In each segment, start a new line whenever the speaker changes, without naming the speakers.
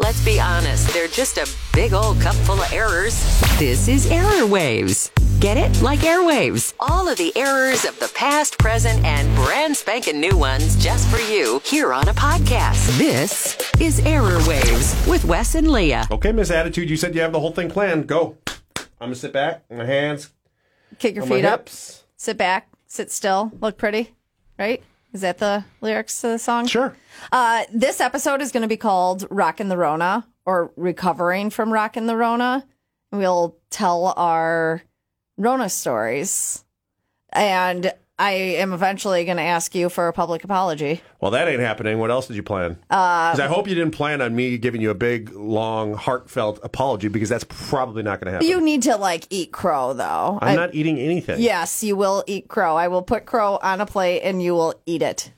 Let's be honest, they're just a big old cup full of errors. This is Error Waves. Get it? Like airwaves. All of the errors of the past, present, and brand spanking new ones just for you here on a podcast. This is Error Waves with Wes and Leah.
Okay, Miss Attitude, you said you have the whole thing planned. Go. I'm gonna sit back, my hands
Kick your
on
feet
my
up,
hips.
sit back, sit still, look pretty, right? Is that the lyrics to the song?
Sure.
Uh, this episode is going to be called Rockin' the Rona or Recovering from Rockin' the Rona. We'll tell our Rona stories. And I am eventually going to ask you for a public apology.
Well, that ain't happening. What else did you plan?
Uh,
Because I hope you didn't plan on me giving you a big, long, heartfelt apology because that's probably not gonna happen.
You need to like eat crow though.
I'm
I-
not eating anything.
yes, you will eat crow. I will put crow on a plate and you will eat it.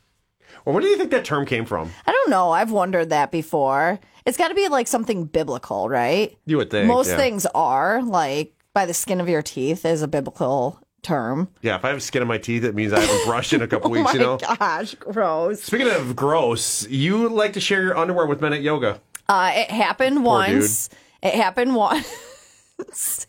Well, where do you think that term came from?
I don't know. I've wondered that before. It's got to be like something biblical, right?
You would think.
Most
yeah.
things are like by the skin of your teeth is a biblical term.
Yeah, if I have skin on my teeth, it means I haven't brushed in a
Oh
couple weeks, you know?
gosh, gross.
Speaking of gross, you like to share your underwear with men at yoga.
Uh, it happened once. It happened once.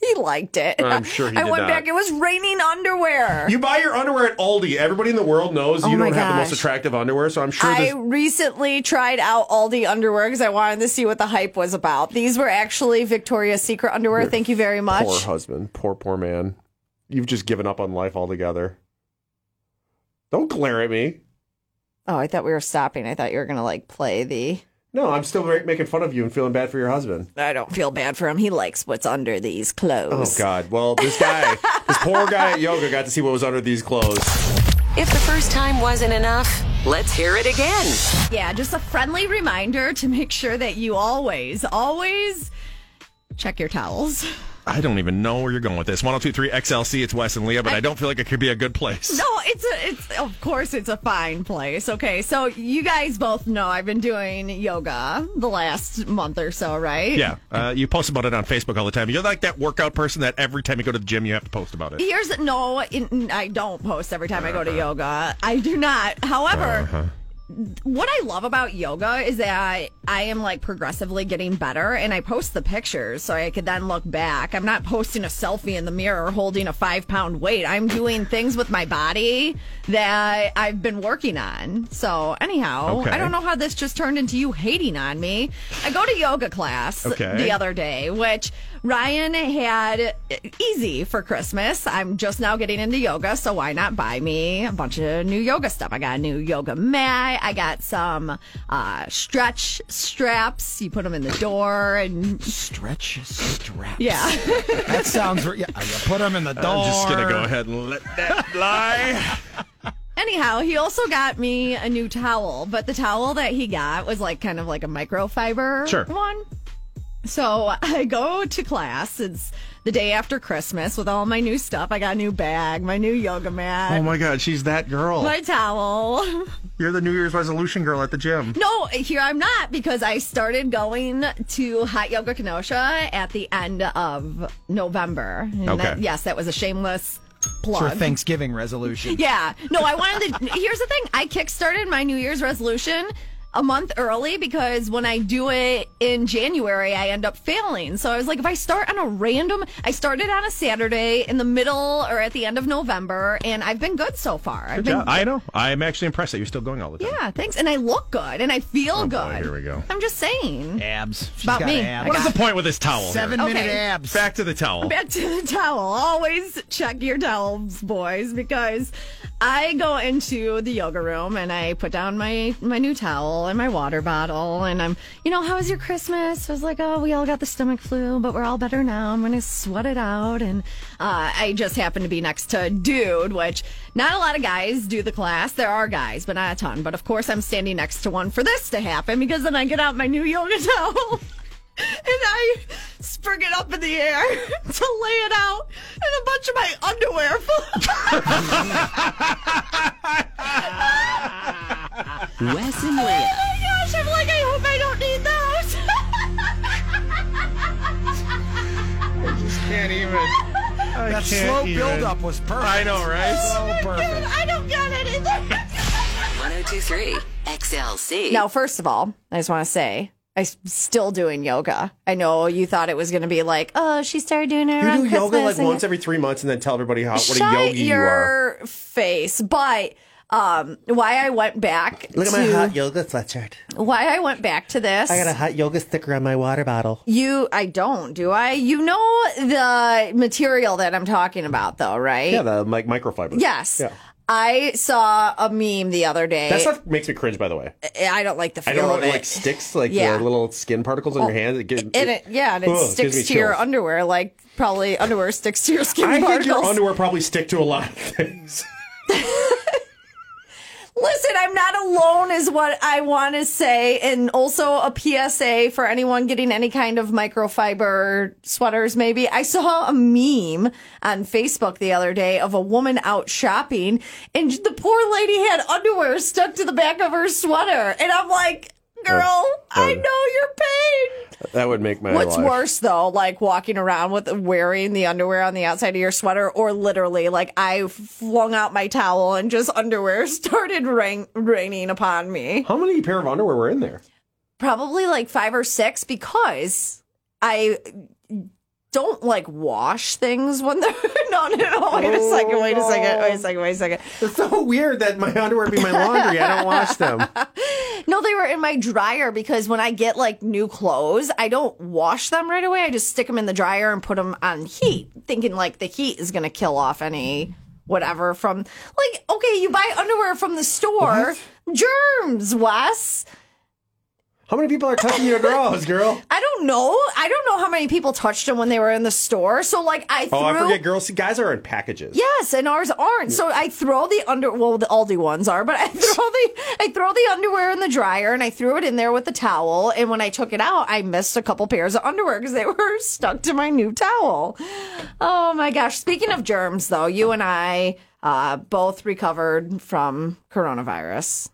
he liked it.
I'm sure he
I
did
went
not.
back. It was raining underwear.
You buy your underwear at Aldi. Everybody in the world knows you
Oh my
don't have the most
gosh.
attractive underwear, so I'm sure
I
this.
recently tried out all the underwear because I wanted to see what the hype was about. These were actually Victoria's Secret underwear. Thank you very much.
Poor husband, poor poor man. You've just given up on life altogether. Don't glare at me.
Oh, I thought we were stopping. I thought you were going to like play the.
No, I'm still ma- making fun of you and feeling bad for your husband.
I don't feel bad for him. He likes what's under these
Oh
clothes.
God! Well, this guy, this poor guy at yoga, got to see what was under these clothes.
If the first time wasn't enough, let's hear it again.
Yeah, just a friendly reminder to make sure that you always, always check your towels.
I don't even know where you're going with this. 1023 XLC, it's Wes and Leah, but I, don't feel like it could be a good place.
No, Oh, it's a, it's of course it's a fine place. Okay, so you guys both know I've been doing yoga the last month or so, right?
Yeah, uh, you post about it on Facebook all the time. You're like that workout person that every time you go to the gym, you have to post about it.
Here's no, in- I don't post every time I go to yoga. I do not.
Uh-huh.
However, what I love about yoga is that I am like progressively getting better and I post the pictures so I could then look back. I'm not posting a selfie in the mirror holding a five pound weight. I'm doing things with my body that I've been working on. So, anyhow,
Okay.
I don't know how this just turned into you hating on me. I go to yoga class
Okay.
the other day, which Ryan had easy for Christmas. I'm just now getting into yoga, so why not buy me a bunch of new yoga stuff? I got a new yoga mat. I got some uh, stretch straps. You put them in the door, and
Stretch straps.
yeah,
That sounds. Re- yeah, you put them in the door.
I'm just going to go ahead and let that lie.
Anyhow, he also got me a new towel, but the towel that he got was like kind of like a microfiber
Sure.
one. So I go to class. It's the day after Christmas with all my new stuff. I got a new bag, my new yoga
oh
mat,
my God, she's that girl.
my towel.
You're the New Year's resolution girl at the gym.
No, here I'm not because I started going to Hot Yoga Kenosha at the end of November. And
Okay.
that- yes, that was a shameless
for
plug.
Thanksgiving resolution.
Yeah. No, I wanted to. here's the thing I kickstarted my New Year's resolution a month early because when I do it in January, I end up failing. So I was like, if I start on a random, I started on a Saturday in the middle or at the end of November, and I've been good so far. I've been.
I know. I'm actually impressed that you're still going all the time.
Yeah, thanks. And I look good and I feel
Oh, boy,
good.
here we go.
I'm just saying.
Abs. She's
About
got
me.
Abs.
I
What is the point with this towel? here?
Seven minute
Okay.
abs.
Back to the towel.
Back to the towel. Always check your towels, boys, because I go into the yoga room and I put down my my new towel towel and my water bottle. And I'm, you know, how was your Christmas? I was like, oh, we all got the stomach flu, but we're all better now. I'm going to sweat it out. And uh, I just happened to be next to a dude, which not a lot of guys do the class. There are guys, but not a ton. But of course, I'm standing next to one for this to happen because then I get out my new yoga towel. and I spring it up in the air to lay it out, and a bunch of my underwear
Wes and Leah.
Oh my gosh, I'm like, I hope I don't need those.
Can't even.
That slow build-up was perfect.
I know, right?
So perfect.
I don't got anything.
1023 XLC.
Now, first of all, I just want to say, I'm still doing yoga. I know you thought it was going to be like, oh, she started doing it
You
around
do yoga
Christmas
like
and-
once every three months and then tell everybody how what
Shut
a yogi you are.
your face. But um, why I went back to
yoga sweatshirt.
why I went back to this.
hot yoga sticker on my water bottle.
you, I don't, do I? You know the material that I'm talking about, though, right?
Yeah, the like microfiber.
yes.
Yeah.
I saw a meme the other day.
That stuff makes me cringe, by the way.
I don't like the feel
I don't know,
of
it
Uh, oh, it.
like sticks, like
Yeah. Oh,
the little skin particles on your hands. It, get-
and it, yeah, and it
Ugh, gives me
sticks to your
chills.
underwear like probably underwear sticks to your skin
I think
particles.
your underwear probably stick to a lot of things.
Listen, I'm not alone is what I want to say and also a PSA for anyone getting any kind of microfiber sweaters maybe. I saw a meme on Facebook the other day of a woman out shopping and the poor lady had underwear stuck to the back of her sweater and I'm like, girl, I know your pain.
That would make my
What's
life.
worse though, like walking around with wearing the underwear on the outside of your sweater, or literally like I flung out my towel and just underwear started rain- raining upon me.
How many pair of underwear were in there?
Probably like five or six because I don't like wash things when they're no no no wait a second wait a second wait a second wait a second
It's so weird that my underwear be my laundry. I don't wash them.
no they were in my dryer because when I get like new clothes I don't wash them right away I just stick them in the dryer and put them on heat thinking like the heat is gonna kill off any whatever from like okay you buy underwear from the store germs Wes
How many people are touching your drawers, girl?
I don't know I don't know how many people touched them when they were in the store so like I
Oh, I
threw-
forget, girls. See, guys are in packages.
Yes, and ours aren't. So I throw the under well the Aldi ones are, but I throw the I throw the underwear in the dryer and I threw it in there with the towel. And when I took it out, I missed a couple pairs of underwear because they were stuck to my new towel. Oh my gosh! Speaking of germs, though, you and I uh, both recovered from coronavirus.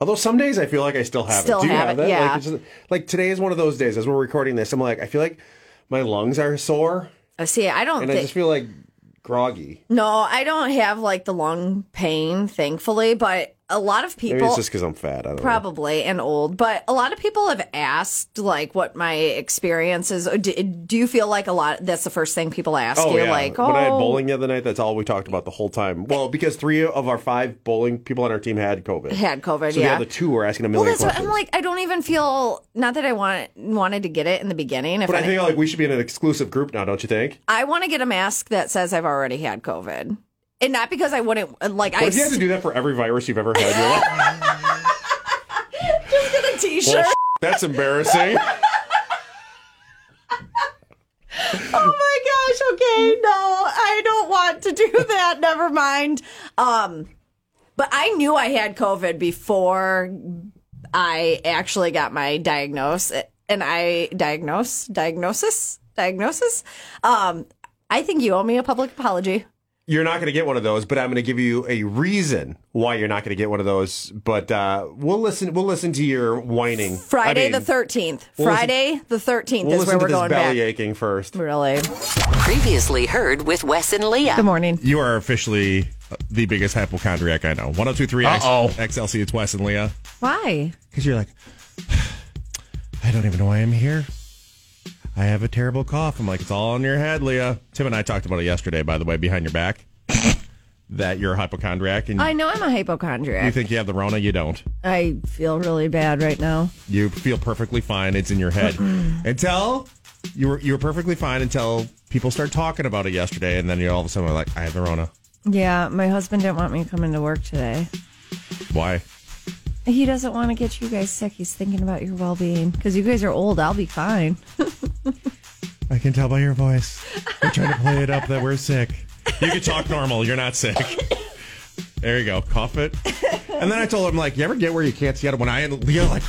Although some days I feel like I still have
Still
it. Do you
have
have,
it,
that?
yeah.
Like, it's just- like today is one of those days as we're recording this. I'm like, I feel like my lungs are sore
Uh, See, I don't
and
think
I just feel like groggy.
no, I don't have like the lung pain, thankfully, but a lot of people
Maybe it's just because I'm fat. I don't know.
probably and old but a lot of people have asked like what my experience is Uh, do, do you feel like a lot that's the first thing people ask
Oh,
you
yeah.
like
When I had
oh
bowling the other night, that's all we talked about the whole time. Well, because three of our five bowling people on our team had COVID.
had covid
so the
yeah
other two were asking a
well
million
that's what
questions.
i'm like i don't even feel not that i want wanted to get it in the beginning if
but
I,
I think like we should be in an exclusive group now, don't you think?
I want to get a mask that says i've already had covid and not because i wouldn't like
What
i
if you had to do that for every virus you've ever had? in your life?
just get a t-shirt
Well, that's embarrassing.
oh my gosh okay no i don't want to do that never mind um but i knew i had covid before i actually got my diagnosis and i diagnose diagnosis diagnosis um i think you owe me a public apology
you're not going to get one of those, but I'm going to give you a reason why you're not going to get one of those. But uh, we'll listen. We'll listen to your whining.
friday
I mean,
the 13th
we'll listen-
friday the 13th
We'll
is where
listen to
we're
this
going back
belly aching first.
really
Previously heard with Wes and
good
Leah.
morning
You are officially uh, the biggest hypochondriac I know. 1023 X- XLC, it's Wes and Leah.
why
Because you're like, I don't even know why I'm here. I have a terrible cough. I'm like, it's all in your head, Leah. Tim and I talked about it yesterday, by the way, behind your back, that you're a hypochondriac and
i know i'm a
you
hypochondriac
think you have the Rona, you don't.
i feel really bad right now
You feel perfectly fine. It's in your head until you were you were perfectly fine until people start talking about it yesterday, and then you all of a sudden are like, I have the Rona.
yeah my husband didn't want me to come into work today
Why?
He doesn't want to get you guys sick. He's thinking about your well being. Because you guys are old. I'll be fine.
I can tell by your voice. We're trying to play it up that we're sick. You can talk normal. You're not sick. There you go. Cough it. And then I told him, like, you ever get where you can't see out of one eye? And Leo, like,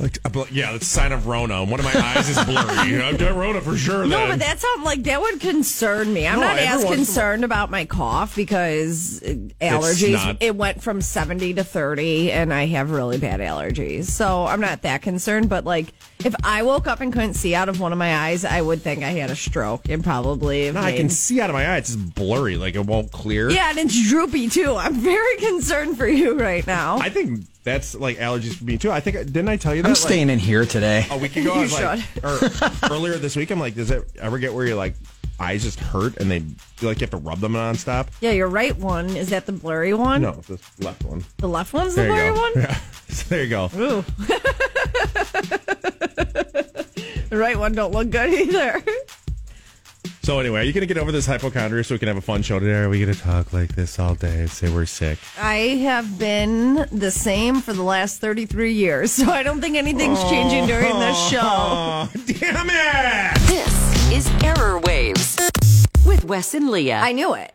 like, I'm like, yeah, that's a sign of Rona. One of my eyes is blurry. I've got Rona for sure.
No,
Then.
but that sounds like that would concern me. I'm
No,
not as
everyone's-
concerned about my cough because uh, allergies.
not-
It went from 70 to 30, and I have really bad allergies. So I'm not that concerned. But like, if I woke up and couldn't see out of one of my eyes, I would think I had a stroke and probably. have
No, I
made-
can see out of my eye. It's just blurry. Like it won't clear.
Yeah, and it's droopy too. I'm very concerned for you right now.
I think that's like allergies for me too. I think didn't I tell you that?
I'm
like,
staying in here today.
a week ago. I was like, or earlier this week, I'm like, does it ever get where you're like eyes just hurt and they feel like you have to rub them nonstop?
yeah, your right one is that the blurry one?
No, this left one.
the left one's the
There
blurry
you go.
one.
Yeah. So there you go.
The right one don't look good either.
So anyway, are you gonna get over this hypochondria so we can have a fun show today? Are we gonna talk like this all day and say we're sick?
I have been the same for the last 33 years, so I don't think anything's changing during this show.
Oh, damn it!
This is Error Waves with Wes and Leah.
I knew it.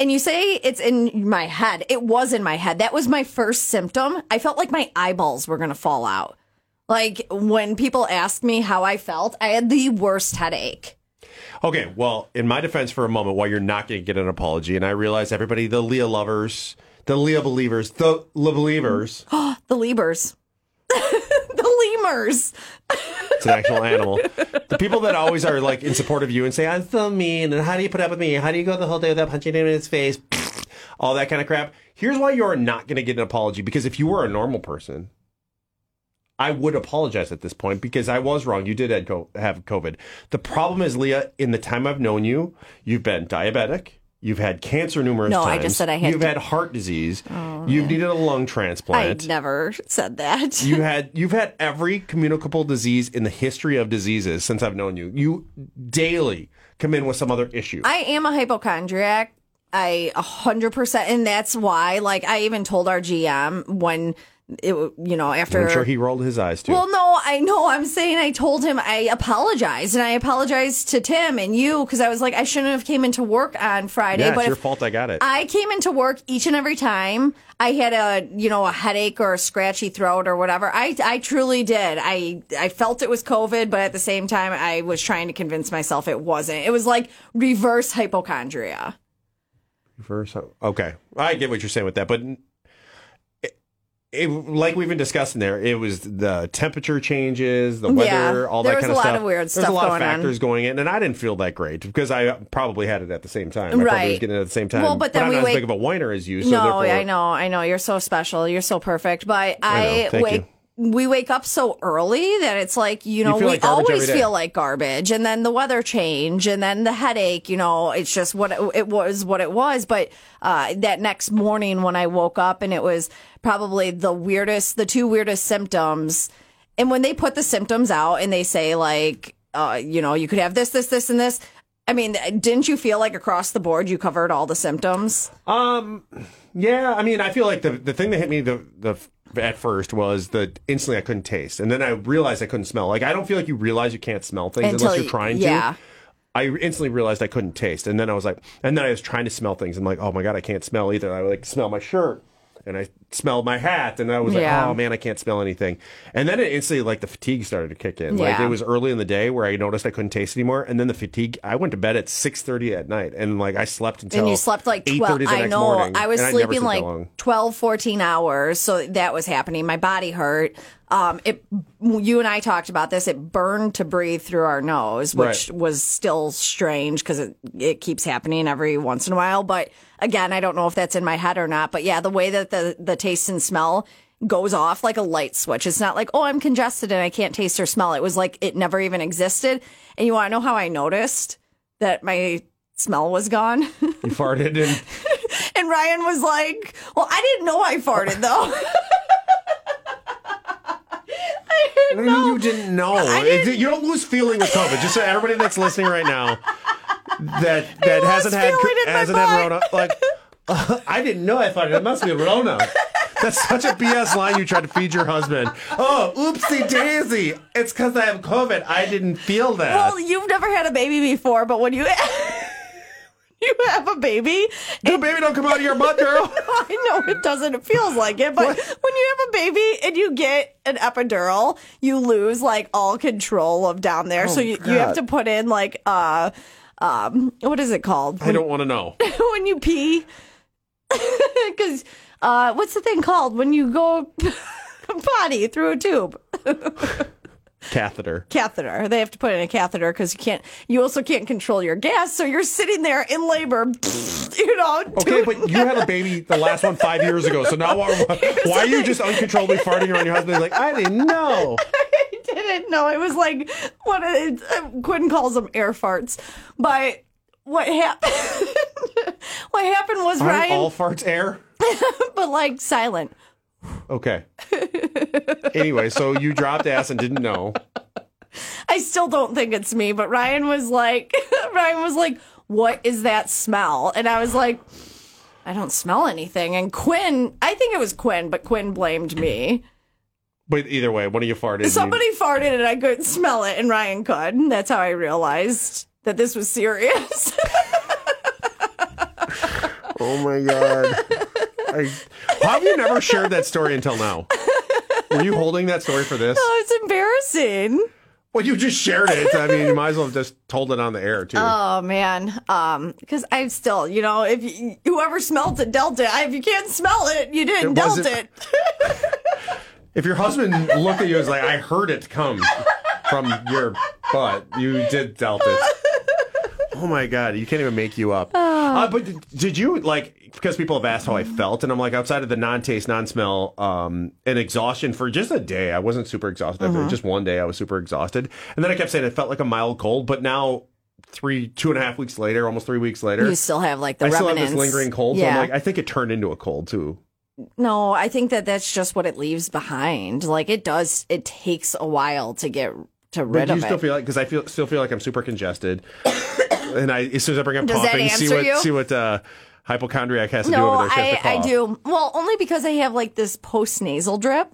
And you say it's in my head. It was in my head. That was my first symptom. I felt like my eyeballs were going to fall out. Like when people asked me how I felt, I had the worst headache.
Okay, well, in my defense for a moment, while you're not going to get an apology, and I realize everybody, the Leah lovers, the Leah believers, the Le believers,
The Liebers. the Lemurs.
it's an actual animal. The people that always are like in support of you and say, I'm so mean, and how do you put up with me? How do you go the whole day without punching him in his face? All that kind of crap. Here's why you're not going to get an apology because if you were a normal person, I would apologize at this point because I was wrong. You did had co- have COVID. The problem is, Leah, in the time I've known you, you've been diabetic. You've had cancer numerous
No,
times.
I just said I had- Oh,
You've had heart disease. you've needed a lung transplant.
I never said that.
You had you've had every communicable disease in the history of diseases since I've known you. You daily come in with some other issue.
I am a hypochondriac. I 100%. And that's why, like, I even told our GM when it, w- you know, after.
am sure he rolled his eyes too.
well, no, I know. I'm saying I told him I apologized and I apologized to Tim and you because I was like, I shouldn't have came into work on Friday.
yeah,
but
it's your
if
fault. I got it.
I came into work each and every time I had a you know a headache or a scratchy throat or whatever. I I truly did. I I felt it was COVID, but at the same time I was trying to convince myself it wasn't. It was like reverse hypochondria.
Reverse. Okay, I get what you're saying with that, but it- it- like we've been discussing there, it was the temperature changes, the weather,
Yeah,
all
there
that
was
kind
a
of
lot
stuff.
of weird
There's a
stuff
lot
going
of
on.
factors going in, and I didn't feel that great because I probably had it at the same time. I probably was
Right.
getting it at the same time.
Well, but then
I'm
we
not as
wake-
big of a whiner as you. So
no,
therefore-
I know, I know. You're so special. You're so perfect. But
I know.
I,
Thank
wake. We wake up so early that it's like, you know,
feel
we
like garbage every
always
day.
feel like garbage. And then the weather change and then the headache, you know, it's just what it, it was, what it was. But uh, that next morning when I woke up and it was probably the weirdest, the two weirdest symptoms. And when they put the symptoms out and they say, like, uh, you know, you could have this, this, this, and this. I mean, didn't you feel like across the board you covered all the symptoms?
Um, yeah, I mean, I feel like the the thing that hit me the the at first was the instantly I couldn't taste, and then I realized I couldn't smell. Like I don't feel like you realize you can't smell things
Until
unless you're
you-
trying
yeah.
to. I instantly realized I couldn't taste, and then I was like, and then I was trying to smell things. I'm like, oh my god, I can't smell either. I like smell my shirt. And I smelled my hat, and I was like,
Yeah.
"Oh man, I can't smell anything." And then it instantly, like the fatigue started to kick in. Like
Yeah.
it was early in the day where I noticed I couldn't taste anymore, and then the fatigue. I went to bed at six thirty at night, and like I slept until
and you slept like 12
8:30 the
i
next
know
morning,
i was
and never
sleeping
slept that long.
like 12 14 hours so that was happening my body hurt um it you and i talked about this it burned to breathe through our nose which
Right.
was still strange because it, it keeps happening every once in a while but again i don't know if that's in my head or not but yeah the way that the the taste and smell goes off like a light switch it's not like oh i'm congested and i can't taste or smell it was like it never even existed and you want to know how i noticed that my smell was gone
You farted and
And Ryan was like, Well, I didn't know I farted though.
I mean, you didn't know. It- You don't lose feeling with COVID. Just so everybody that's listening right now that that hasn't had
feeling in my
hasn't had Rona, like uh, I didn't know I thought it must be Rona. That's such a BS line you tried to feed your husband. Oh, oopsie daisy. It's because I have COVID. I didn't feel that.
Well, you've never had a baby before, but when you you have a baby,
the baby don't come out of your butt, girl.
I know it doesn't. It feels like it, but when you have a baby and you get an epidural, you lose like all control of down there. so you, you have
Oh, God.
to put in like uh um what is it called
I don't want to know.
when you pee? Because uh, what's the thing called when you go potty through a tube?
Catheter.
catheter. They have to put in a catheter because you can't. You also can't control your gas, so you're sitting there in labor. You know.
Okay, but you had a baby, the last one, five years ago. So now why, why are you just uncontrollably farting around your husband? Like, I didn't know.
I didn't know it was like what it, uh, Quinn calls them air farts, but what happened? what happened was
Aren't
Ryan,
all farts air?
but like silent.
Okay. Anyway, so you dropped ass and didn't know.
I still don't think it's me, but Ryan was like, Ryan was like, what is that smell? And I was like, I don't smell anything. And Quinn, I think it was Quinn, but Quinn blamed me.
But either way, one of you farted. and you-
Somebody farted and I couldn't smell it, and Ryan could. And That's how I realized that this was serious.
Oh my god. I, how have you never shared that story until now? Were you holding that story for this?
oh, it's embarrassing.
Well, you just shared it. I mean, you might as well have just told it on the air too.
Oh man, um, because I still, you know, if you, whoever smelled it dealt it. If you can't smell it, you didn't
It
dealt
wasn't-
it.
if your husband looked at you as like, "I heard it come from your butt," you did dealt it. Oh my god, you can't even make you up.
Ah.
Uh, but did, did you like because people have asked how I felt, and I'm like, outside of the non-taste, non-smell, um, and exhaustion for just a day, I wasn't super exhausted.
Uh-huh.
Just one day, I was super exhausted, and then I kept saying it felt like a mild cold, but now. Three, two and a half weeks later, almost three weeks later,
You still have like the
I still have
remnants.
this lingering cold. So
Yeah.
I'm like, I think it turned into a cold too.
no, I think that that's just what it leaves behind. Like it does. It takes a while to get to
But
rid
do
of
you still
it.
feel like because I feel still feel like I'm super congested, and I as soon as I bring up
Does that
coughing, see
answer
what
you?
see what uh, hypochondriac has to do
no,
over there. She
I
has to
I
cough.
do. Well, only because I have like this post nasal drip,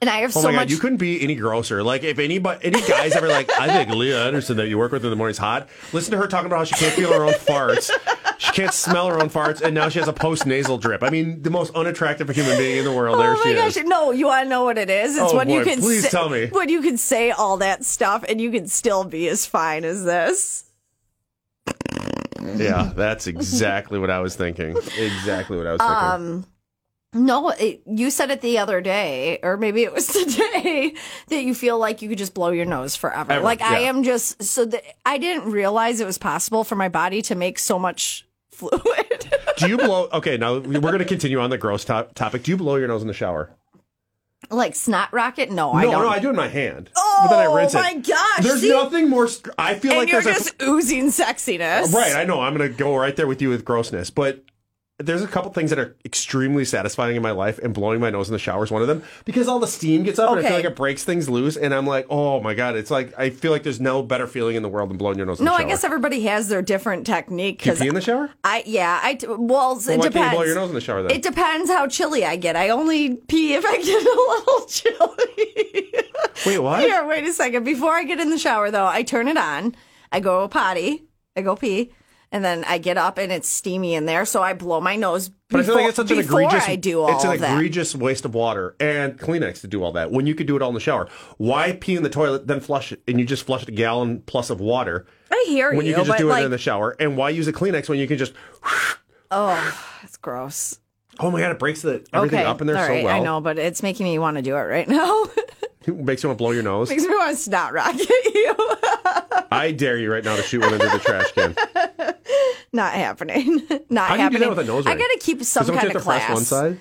and I have
Oh
so
my god,
much.
you couldn't be any grosser. Like if anybody, any guys ever like, I think Leah Anderson that you work with in the morning's hot. Listen to her talking about how she can't feel her own farts, she can't smell her own farts, and now she has a post nasal drip. I mean, the most unattractive human being in the world.
Oh
there
my
she
gosh!
is.
No, you want to know what it is? It's
Oh,
when you
boy,
can
please
say,
tell me.
when you can say all that stuff and you can still be as fine as this.
Yeah, that's exactly what I was thinking. Exactly what I was thinking.
Um, No, it, you said it the other day, or maybe it was today, that you feel like you could just blow your nose forever.
Ever,
like I
yeah.
am just so that I didn't realize it was possible for my body to make so much fluid.
Do you blow? Okay, now we're going to continue on the gross top, topic. Do you blow your nose in the shower?
like snot rocket? No, Oh, I
no,
don't.
no, I do it in my hand.
Oh,
but then I rinse
my
it.
gosh,
There's
see?
nothing more. Str- I feel
and
like
you're
there's
just oozing
a
sexiness,
right. I know. I'm going to go right there with you with grossness, but there's a couple things that are extremely satisfying in my life, and blowing my nose in the shower is one of them because all the steam gets up, and I
Okay.
feel like it breaks things loose, and I'm like, oh my god, it's like I feel like there's no better feeling in the world than blowing your nose. in
No,
the
I
shower.
guess everybody has their different technique.
Do you
Because
pee in the shower.
I yeah, I t- well, it
Why
depends.
can't you blow your nose in the shower then?
It depends how chilly I get. I only pee if I get a little chilly.
Wait, what?
Here, wait a second. Before I get in the shower, though, I turn it on. I go potty. I go pee. And then I get up and it's steamy in there, so I blow my nose.
But I feel like
before-
it's such an
before
egregious.
I do all
it's an
of that.
egregious waste of water and Kleenex to do all that when you could do it all in the shower. Why pee in the toilet then flush it and you just flushed a gallon plus of water
I hear
when you can just
but
do
like,
it in the shower? And why use a Kleenex when you can just?
it's gross.
Oh my god, it breaks the everything
okay,
up in there
all
so
right,
well.
I know, but it's making me want to do it right now.
It makes you want to blow your nose.
Makes me want to snot rocket you.
I dare you right now to shoot one into the trash can.
Not happening. Not
How do you do
happening.
that with a nose
I
ring?
gotta keep some
Because don't you
kind
have
of
to press
class.
one side?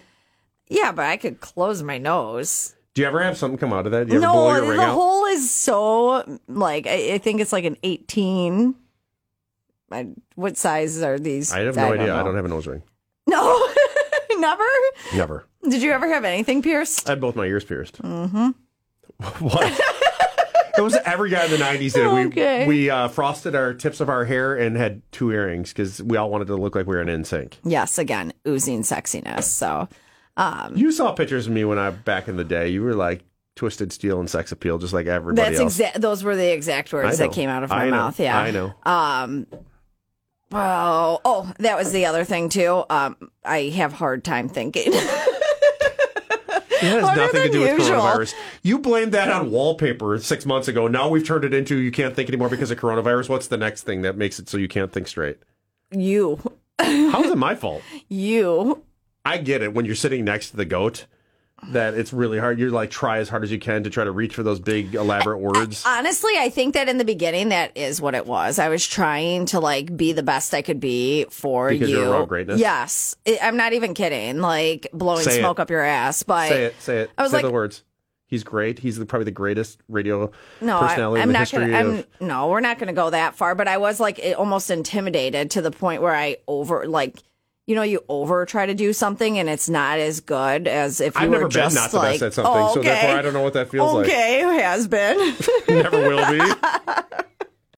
Yeah, but I could close my nose.
Do you ever have something come out of that? Do you ever blow
no,
your ring
the
out?
hole is so like I, I think it's like an eighteen. I, what sizes are these?
I have no idea. I
know.
don't have a nose ring.
No, never.
Never.
Did you ever have anything pierced?
I had both my ears pierced. Mm-hmm. What? it was every guy in the '90s did it. We
Okay.
we uh, frosted our tips of our hair and had two earrings because we all wanted to look like we were in sync.
Yes, again, oozing sexiness. So Um,
You saw pictures of me when I back in the day. You were like twisted steel and sex appeal, just like everybody
that's
else.
exact. Those were the exact words
I know.
that came out of my
I know.
mouth. Yeah,
I know.
Um, well, oh, that was the other thing too. Um, I have hard time thinking.
It has
Harder
nothing to
than
do with
usual.
coronavirus. You blamed that on wallpaper six months ago. Now we've turned it into you can't think anymore because of coronavirus. What's the next thing that makes it so you can't think straight?
you,
How is it my fault?
you.
I get it when you're sitting next to the goat that it's really hard. You're like try as hard as you can to try to reach for those big elaborate words.
Honestly, I think that in the beginning, that is what it was. I was trying to like be the best I could be for
Because
you.
you're raw greatness?
Yes, I- I'm not even kidding. Like blowing
Say it.
smoke up your ass, but
say it, say it.
I was
say
like-
the words. He's great. He's the, probably the greatest radio
no, I,
personality in
am
the
not
history
gonna. I'm,
of.
no, we're not gonna go that far. But I was like i- almost intimidated to the point where I over like. You know, you over try to do something and it's not as good as if you
I've
were
never been
just
not the
like,
best at something,
oh,
so
okay.
therefore I don't know what that feels like.
Okay, has been.
Never will be.